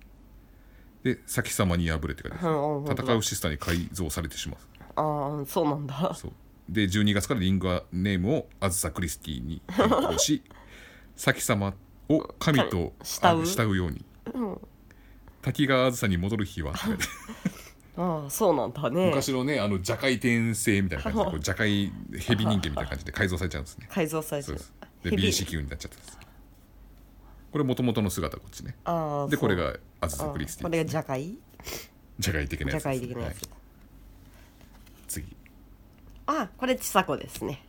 [SPEAKER 1] で「先様に敗れ」て書いてあ
[SPEAKER 2] うんうんうんう
[SPEAKER 1] る
[SPEAKER 2] ん
[SPEAKER 1] 戦うシスターに改造されてしまう
[SPEAKER 2] ああそうなんだ
[SPEAKER 1] そうで12月からリングネームをあずさクリスティに変更 し先様を神とあ
[SPEAKER 2] 慕う
[SPEAKER 1] うように、滝川あずさに戻る日 はって書いてある
[SPEAKER 2] ああそうなんだね
[SPEAKER 1] 昔のねあの蛇界転生みたいな感じでこう蛇界ヘビ人間みたいな感じで改造されちゃうんですね
[SPEAKER 2] 改造されて
[SPEAKER 1] そう
[SPEAKER 2] る
[SPEAKER 1] です
[SPEAKER 2] ヘ
[SPEAKER 1] で
[SPEAKER 2] ビ
[SPEAKER 1] B 式になっちゃったんですこれもともとの姿こっちね
[SPEAKER 2] ああ
[SPEAKER 1] で
[SPEAKER 2] そ
[SPEAKER 1] こ
[SPEAKER 2] う
[SPEAKER 1] れがあず
[SPEAKER 2] あ
[SPEAKER 1] さ
[SPEAKER 2] あ
[SPEAKER 1] クリスティ
[SPEAKER 2] これが社会
[SPEAKER 1] 社会的なや
[SPEAKER 2] 社
[SPEAKER 1] つです
[SPEAKER 2] 会的なや
[SPEAKER 1] は
[SPEAKER 2] つ
[SPEAKER 1] い次
[SPEAKER 2] あこれちさ子ですね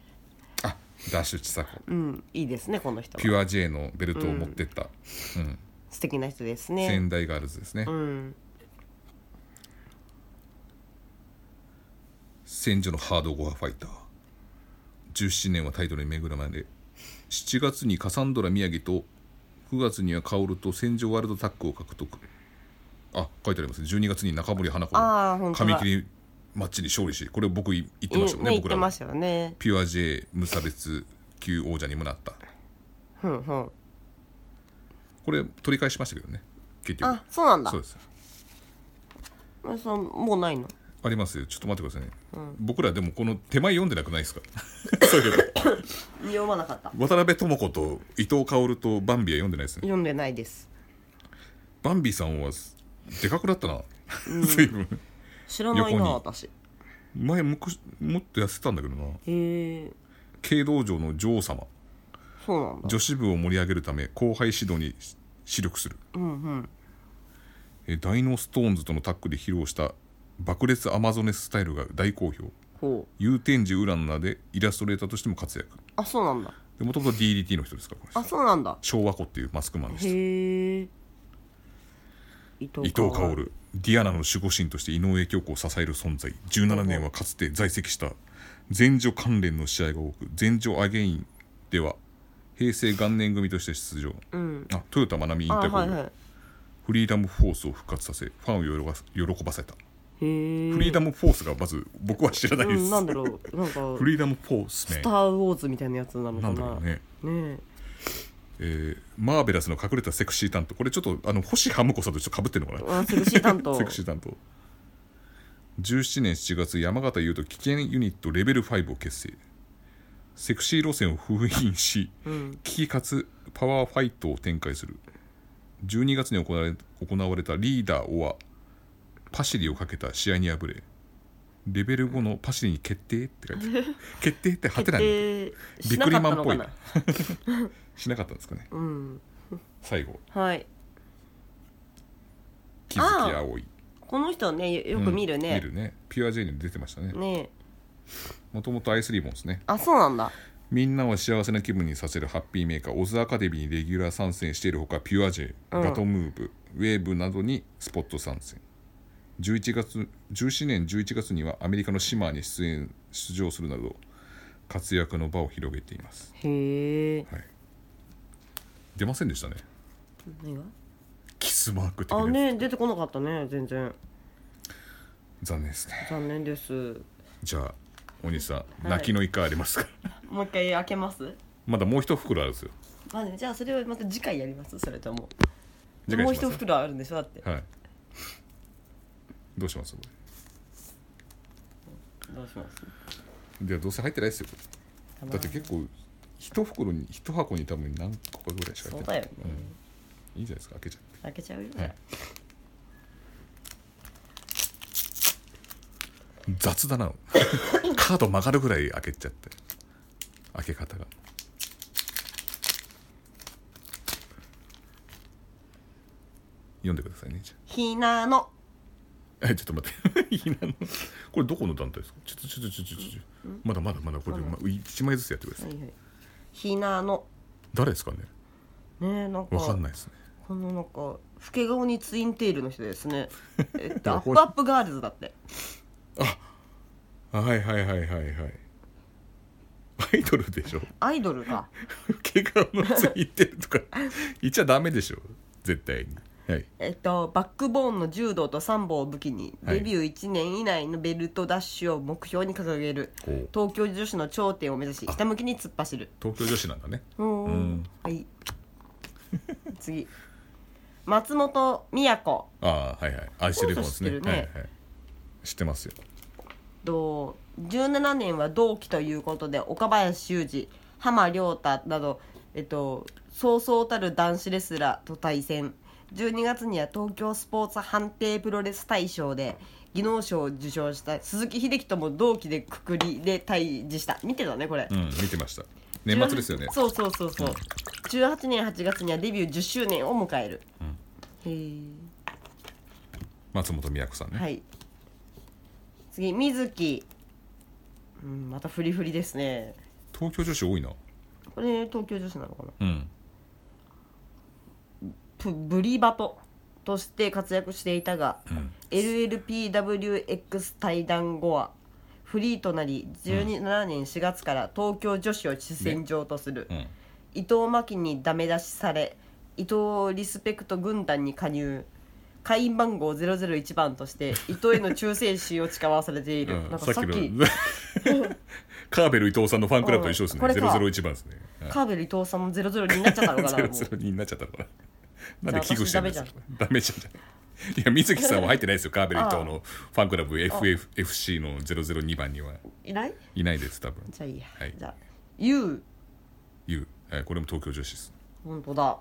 [SPEAKER 1] あダッシュちさ子
[SPEAKER 2] うんいいですねこの人
[SPEAKER 1] ピ
[SPEAKER 2] は
[SPEAKER 1] ュア J のベルトを持ってった、うん
[SPEAKER 2] 素敵な人ですね
[SPEAKER 1] 仙台ガールズですね、
[SPEAKER 2] うん
[SPEAKER 1] 戦場のハードゴアファイター17年はタイトルに巡るまで7月にカサンドラ宮城と9月にはカオルと戦場ワールドタッグを獲得あ書いてありますね12月に中森花子
[SPEAKER 2] あー本
[SPEAKER 1] の
[SPEAKER 2] 当だ
[SPEAKER 1] 髪切りマッチに勝利しこれ僕い言ってましたもんね
[SPEAKER 2] ね言っ
[SPEAKER 1] 僕
[SPEAKER 2] て
[SPEAKER 1] ら
[SPEAKER 2] ま
[SPEAKER 1] も
[SPEAKER 2] したよね
[SPEAKER 1] ピュア J 無差別級王者にもなった
[SPEAKER 2] ふんふん
[SPEAKER 1] これ取り返しましたけどね結局
[SPEAKER 2] あそうなんだ
[SPEAKER 1] そうです
[SPEAKER 2] まあそのもうないの
[SPEAKER 1] ありますよちょっと待ってくださいね、僕らでもこの手前読んでなくないですかそういうこと
[SPEAKER 2] 読まなかった
[SPEAKER 1] 渡辺智子と伊藤薫とバンビは読んでないですね
[SPEAKER 2] 読んでないです
[SPEAKER 1] バンビさんはでかくなったな、随分
[SPEAKER 2] 知らない
[SPEAKER 1] 横
[SPEAKER 2] な
[SPEAKER 1] に
[SPEAKER 2] 私
[SPEAKER 1] 前むくもっと痩せたんだけどな
[SPEAKER 2] へえ
[SPEAKER 1] 軽道場の女王様
[SPEAKER 2] そうなんだ
[SPEAKER 1] 女子部を盛り上げるため後輩指導に視力する、えダイノストーンズとのタッグで披露した爆裂アマゾネススタイルが大好評
[SPEAKER 2] ほう
[SPEAKER 1] 祐天寺浦の名でイラストレーターとしても活躍
[SPEAKER 2] あそうなんだ
[SPEAKER 1] でもともと DDT の人ですからこの
[SPEAKER 2] あ
[SPEAKER 1] 人
[SPEAKER 2] そうなんだ
[SPEAKER 1] 昭和子っていうマスクマンです
[SPEAKER 2] へえ伊藤
[SPEAKER 1] 伊藤薫ディアナの守護神として井上京子を支える存在17年はかつて在籍した前女関連の試合が多く前女アゲインでは平成元年組として出場、
[SPEAKER 2] うん
[SPEAKER 1] あ豊田愛美引
[SPEAKER 2] あ
[SPEAKER 1] 退後、
[SPEAKER 2] はいは
[SPEAKER 1] フリーダムフォースを復活させファンを喜ば喜ばせた、
[SPEAKER 2] いへえ
[SPEAKER 1] フリーダムフォースがまず僕は知らないで
[SPEAKER 2] う
[SPEAKER 1] す、
[SPEAKER 2] んなんだろうなん か
[SPEAKER 1] フリーダムフォース
[SPEAKER 2] ス
[SPEAKER 1] ね
[SPEAKER 2] ター・ウォーズみたいなやつなの
[SPEAKER 1] な
[SPEAKER 2] か
[SPEAKER 1] んだろ
[SPEAKER 2] な
[SPEAKER 1] うね
[SPEAKER 2] ね
[SPEAKER 1] えーマーベラスの隠れたセクシー担当これちょっとあの星ハムコさんとちょっとかぶってるのかな
[SPEAKER 2] えあセクシー担 当
[SPEAKER 1] セクシー担当17年7月山形優と危険ユニットレベル5を結成セクシー路線を封印し、危機かつパワーファイトを展開する12月に行われ行われたリーダーオアパシリをかけた試合に敗れレベル5のパシリに決定って書いてあ る決定ってハテ
[SPEAKER 2] 決
[SPEAKER 1] ナに
[SPEAKER 2] 定
[SPEAKER 1] ビク
[SPEAKER 2] しな
[SPEAKER 1] リ
[SPEAKER 2] かっ
[SPEAKER 1] マ
[SPEAKER 2] た
[SPEAKER 1] ンっ
[SPEAKER 2] の
[SPEAKER 1] ぽ
[SPEAKER 2] か
[SPEAKER 1] い
[SPEAKER 2] な
[SPEAKER 1] しなかったんですかね
[SPEAKER 2] うん
[SPEAKER 1] 最後
[SPEAKER 2] はい
[SPEAKER 1] 木月葵
[SPEAKER 2] この人はねよよく見る
[SPEAKER 1] うん見
[SPEAKER 2] ね
[SPEAKER 1] るねピュア J に出てましたね
[SPEAKER 2] ねえ
[SPEAKER 1] もともとアイスリボンですね
[SPEAKER 2] あそうなんだ
[SPEAKER 1] みんなを幸せな気分にさせるハッピーメーカーオズアカデミーにレギュラー参戦しているほかピュア J、
[SPEAKER 2] ん
[SPEAKER 1] ガトムーブウェーブなどにスポット参戦11月17年11月にはアメリカのシマーに出演出場するなど活躍の場を広げています
[SPEAKER 2] へえ
[SPEAKER 1] 出ませんでしたね
[SPEAKER 2] 何が
[SPEAKER 1] キスマーク的
[SPEAKER 2] あ
[SPEAKER 1] なや
[SPEAKER 2] ね出てこなかったね全然
[SPEAKER 1] つ残念ですね
[SPEAKER 2] 残念です
[SPEAKER 1] じゃあお兄さん泣きの一回ありますか
[SPEAKER 2] もう一回開けます
[SPEAKER 1] まだもう一袋あるんですよ
[SPEAKER 2] まあねじゃあそれはまた次回やりますそれとも
[SPEAKER 1] 次
[SPEAKER 2] もう
[SPEAKER 1] 回し
[SPEAKER 2] 一
[SPEAKER 1] ます
[SPEAKER 2] 袋あるんでしょだって
[SPEAKER 1] はいどうしますこ
[SPEAKER 2] どうします
[SPEAKER 1] れではどうせ入ってないですよだって
[SPEAKER 2] 構
[SPEAKER 1] 結構一袋に一箱に多分何個かぐらいしか入
[SPEAKER 2] そう
[SPEAKER 1] ってない
[SPEAKER 2] だよね、
[SPEAKER 1] うん、いいじゃないですか開けちゃっ
[SPEAKER 2] 開けちゃうよ、
[SPEAKER 1] て、はい、雑だな カード曲がるぐらい開けちゃって開け方が読んでくださいねじゃ
[SPEAKER 2] ひなの
[SPEAKER 1] あはいちょっと待って いいなのこれどこの団体ですかちょっとちょっとちょっとちょっとちょっとまだまだまだこれで、
[SPEAKER 2] まだ
[SPEAKER 1] ま、1枚ずつやってくださ
[SPEAKER 2] はい
[SPEAKER 1] い、
[SPEAKER 2] はいひなの
[SPEAKER 1] 誰ですかね
[SPEAKER 2] ねえなんか
[SPEAKER 1] わかんないですね
[SPEAKER 2] このなんか老け顔にツインテールの人で すねえっと
[SPEAKER 1] ど
[SPEAKER 2] アッ
[SPEAKER 1] こ
[SPEAKER 2] プアップガールズだって
[SPEAKER 1] はいはいはいはいはいアイドルでしょ
[SPEAKER 2] アイドルが
[SPEAKER 1] 怪我のついてるとか言っちゃダメでしょ絶対にはい
[SPEAKER 2] えっと、バックボーンの柔道と三本を武器に
[SPEAKER 1] はい
[SPEAKER 2] デビュー1年以内のベルトダッシュを目標に掲げる、
[SPEAKER 1] おう
[SPEAKER 2] 東京女子の頂点を目指しひたむきに突っ走る
[SPEAKER 1] 東京女子なんだね
[SPEAKER 2] うんはい 次松本都
[SPEAKER 1] ああはいはい愛してる子ですね
[SPEAKER 2] 知ってるね
[SPEAKER 1] はいはい、知ってますよ
[SPEAKER 2] と17年は同期ということで岡林修二浜亮太など、えっと、そうそうたる男子レスラーと対戦12月には東京スポーツ判定プロレス大賞で技能賞を受賞した鈴木秀樹とも同期でくくりで対峙した見てたねこれ、
[SPEAKER 1] うん見てました年末ですよね
[SPEAKER 2] そうそうそうそう18年8月にはデビュー10周年を迎える、へえ
[SPEAKER 1] 松本美也子さんね、
[SPEAKER 2] はい。次、水木。うん、またフリフリですね。
[SPEAKER 1] 東京女子多いな
[SPEAKER 2] これ、東京女子なのかな。
[SPEAKER 1] うん
[SPEAKER 2] プブリバトとして活躍していたが、
[SPEAKER 1] うん
[SPEAKER 2] LLPWX 対談後は、フリーとなり、17年4月から東京女子を主戦場とする。
[SPEAKER 1] うん
[SPEAKER 2] 伊藤真希にダメ出しされ伊藤リスペクト軍団に加入会員番号001番として伊藤への忠誠心を誓わされている、
[SPEAKER 1] うん
[SPEAKER 2] なん
[SPEAKER 1] さ
[SPEAKER 2] か
[SPEAKER 1] っ
[SPEAKER 2] さ
[SPEAKER 1] き
[SPEAKER 2] っ
[SPEAKER 1] の
[SPEAKER 2] き
[SPEAKER 1] カーベル伊藤さんのファンクラブと一緒ですね
[SPEAKER 2] うんこれか
[SPEAKER 1] 001番ですねはい
[SPEAKER 2] カーベル伊藤さんも002になっちゃったのかな もう
[SPEAKER 1] 002になっちゃったのかななんで寄付してるんですか
[SPEAKER 2] じ
[SPEAKER 1] ダメじゃんじゃないいや水木さんは入ってないですよカーベル伊藤のファンクラ ブ FFFC の002番にはい
[SPEAKER 2] ない
[SPEAKER 1] いないです多分
[SPEAKER 2] じゃあいいや、
[SPEAKER 1] はい
[SPEAKER 2] じゃあ YOU
[SPEAKER 1] いう、はい、これも東京女子です
[SPEAKER 2] 本当だ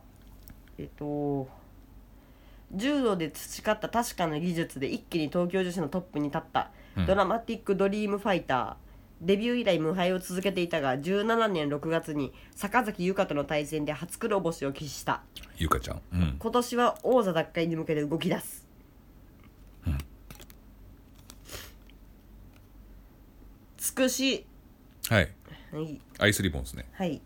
[SPEAKER 2] えっと柔道で培った確かな技術で一気に東京女子のトップに立った、
[SPEAKER 1] うん
[SPEAKER 2] ドラマティックドリームファイターデビュー以来無敗を続けていたが17年6月に坂崎優香との対戦で初黒星を喫した
[SPEAKER 1] ゆかちゃん、うん、
[SPEAKER 2] 今年は王座奪還に向けて動き出す、つくし
[SPEAKER 1] はい
[SPEAKER 2] はい
[SPEAKER 1] アイスリボンですね
[SPEAKER 2] はい。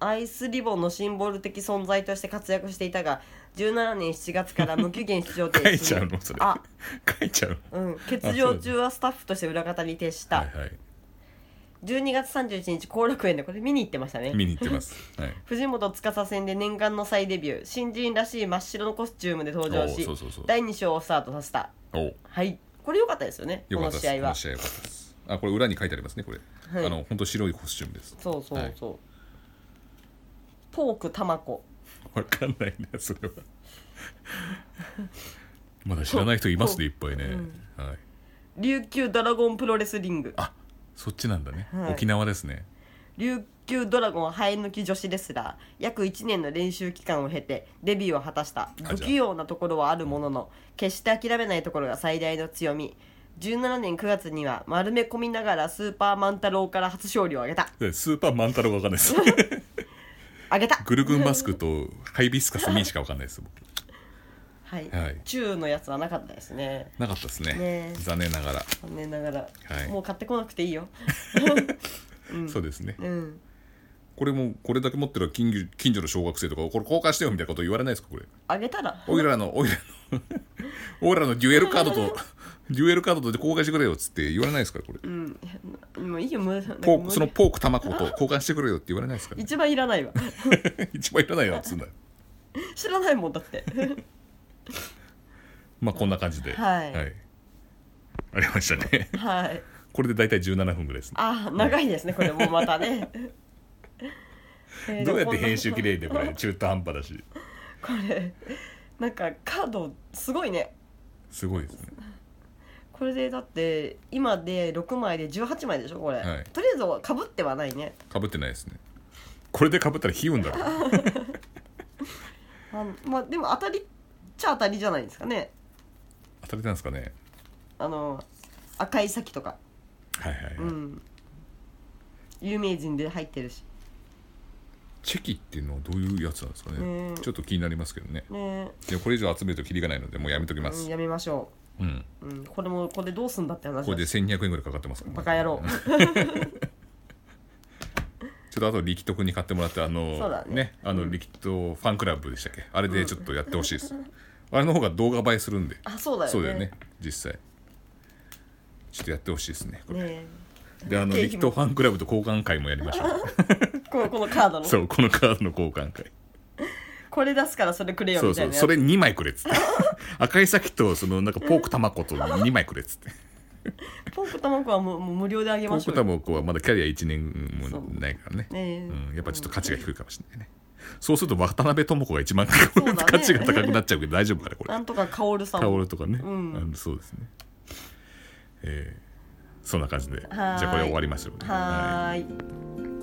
[SPEAKER 2] アイスリボンのシンボル的存在として活躍していたが、17年7月から無期限出場停止
[SPEAKER 1] 書いちゃうのそれ
[SPEAKER 2] あ、
[SPEAKER 1] 書いちゃう
[SPEAKER 2] うん。欠場中はスタッフとして裏方に徹した。
[SPEAKER 1] のはいはい
[SPEAKER 2] 12月31日、後楽園でこれ見に行ってましたね。
[SPEAKER 1] 見に行ってますはい
[SPEAKER 2] 藤本司戦で念願の再デビュー新人らしい真っ白のコスチュームで登場
[SPEAKER 1] おー
[SPEAKER 2] し
[SPEAKER 1] そうそうそう
[SPEAKER 2] 第2章をスタートさせた
[SPEAKER 1] おう
[SPEAKER 2] はいこれ良かったですよね
[SPEAKER 1] よか
[SPEAKER 2] こ
[SPEAKER 1] ったで
[SPEAKER 2] の
[SPEAKER 1] す
[SPEAKER 2] 試合
[SPEAKER 1] この
[SPEAKER 2] は
[SPEAKER 1] 試合よかったですあこれ裏に書いてありますねこれ、
[SPEAKER 2] はい
[SPEAKER 1] あの本当白いコスチュームです
[SPEAKER 2] そうそうそう、
[SPEAKER 1] は
[SPEAKER 2] ポーク玉子
[SPEAKER 1] わかんないねそれはまだ知らない人いますねいっぱいね、はい
[SPEAKER 2] 琉球ドラゴンプロレスリング
[SPEAKER 1] あそっちなんだね、
[SPEAKER 2] はい
[SPEAKER 1] 沖縄ですね
[SPEAKER 2] 琉球ドラゴン生え抜き女子レスラー約1年の練習期間を経てデビューを果たした
[SPEAKER 1] じゃあ
[SPEAKER 2] 不器用なところはあるものの決して諦めないところが最大の強み17年9月には丸め込みながらスーパーマンタロウから初勝利を挙げた
[SPEAKER 1] でスーパーマンタロがわかんない です
[SPEAKER 2] 挙げた
[SPEAKER 1] グルグンマスクとハイビスカスミンしかわかんないです僕
[SPEAKER 2] はい、
[SPEAKER 1] はい
[SPEAKER 2] 中のやつはなかったですね
[SPEAKER 1] なかったですね
[SPEAKER 2] ねえ
[SPEAKER 1] 残念ながら、
[SPEAKER 2] 残念ながら、
[SPEAKER 1] はい
[SPEAKER 2] もう買ってこなくてい いよ
[SPEAKER 1] そうですね
[SPEAKER 2] うん
[SPEAKER 1] これもこれだけ持ってる近所近所の小学生とかこれ交換してよみたいなこと言われないですかこれ
[SPEAKER 2] あげたら
[SPEAKER 1] オイラ のオイラのオイラのデュエルカードとデュエルカードとで交換してくれよっつって言われないですかこれ
[SPEAKER 2] うんもういいよ無駄なんか
[SPEAKER 1] ポー
[SPEAKER 2] 無
[SPEAKER 1] ク
[SPEAKER 2] 駄
[SPEAKER 1] そのポーク卵と交換してくれよって言われないですか、ね、
[SPEAKER 2] 一番いらないわ
[SPEAKER 1] 一番いらないよっつうんだよ
[SPEAKER 2] 知らないもん だって
[SPEAKER 1] まあこんな感じで
[SPEAKER 2] はい
[SPEAKER 1] ありましたね
[SPEAKER 2] はい
[SPEAKER 1] これで大体17分ぐらいですね
[SPEAKER 2] あー長いですねこれもまたねえー
[SPEAKER 1] どうやって
[SPEAKER 2] でも
[SPEAKER 1] 編集綺麗でこれ中途半端だし
[SPEAKER 2] これなんかカードすごいね
[SPEAKER 1] すごいですね
[SPEAKER 2] これでだって今で6枚で18枚でしょこれ、
[SPEAKER 1] はい
[SPEAKER 2] とりあえずはかぶってはないね
[SPEAKER 1] かぶってないです ねこれでかぶったら火運だろ
[SPEAKER 2] あまあでも当たりっちゃ当たりじゃないですかね
[SPEAKER 1] 当たりなんですかね
[SPEAKER 2] あの赤い先とか
[SPEAKER 1] はいはい、はい
[SPEAKER 2] うん有名人で入ってるし
[SPEAKER 1] チェキっていうのはどういうやつなんですかね、
[SPEAKER 2] ね
[SPEAKER 1] ちょっと気になりますけどね
[SPEAKER 2] ね
[SPEAKER 1] でもこれ以上集めるとキリがないのでもうやめときま
[SPEAKER 2] うん
[SPEAKER 1] す
[SPEAKER 2] やめましょ
[SPEAKER 1] うん、
[SPEAKER 2] う、うん、これもこれどうすんだって話だし
[SPEAKER 1] これで1200円ぐらいかかってますからね
[SPEAKER 2] バカ野 郎
[SPEAKER 1] ちょっとあと力徳に買ってもらってあの
[SPEAKER 2] そうだね
[SPEAKER 1] あの力徳ファンクラブでしたっけあれでちょっとやってほしいです、あれの方が動画映えするんで
[SPEAKER 2] あそうだよね
[SPEAKER 1] そうだよね実際ちょっとやってほしいですねこれ
[SPEAKER 2] ね
[SPEAKER 1] であの
[SPEAKER 2] ぜひ
[SPEAKER 1] 力徳ファンクラブと交換会もやりましょう
[SPEAKER 2] えこのこのカー ドの
[SPEAKER 1] そうこのカードの交換会
[SPEAKER 2] これ出すからそれくれよ
[SPEAKER 1] そう
[SPEAKER 2] みた
[SPEAKER 1] そ
[SPEAKER 2] いな
[SPEAKER 1] う
[SPEAKER 2] やつ
[SPEAKER 1] それ2枚くれっつって 赤い先とそのなんかポーク卵と2枚くれっつって
[SPEAKER 2] ポークタマコはもうもう無料であげ
[SPEAKER 1] ポ
[SPEAKER 2] ま
[SPEAKER 1] ー
[SPEAKER 2] し
[SPEAKER 1] ク
[SPEAKER 2] ょうよ
[SPEAKER 1] 卵はまだキャリア1年もないからね
[SPEAKER 2] ねえ
[SPEAKER 1] うん、やっぱちょっと価値が低いかもしれないねそうすると渡辺智子が一番価値が高くなっちゃうけど大丈夫かなこれ
[SPEAKER 2] なんとかカオルさん
[SPEAKER 1] タオ
[SPEAKER 2] も
[SPEAKER 1] ルとかね、
[SPEAKER 2] うん
[SPEAKER 1] あのそうですねえーそんな感じでじ
[SPEAKER 2] はーい
[SPEAKER 1] ゃあこれ終わりましょうね
[SPEAKER 2] はーい
[SPEAKER 1] はい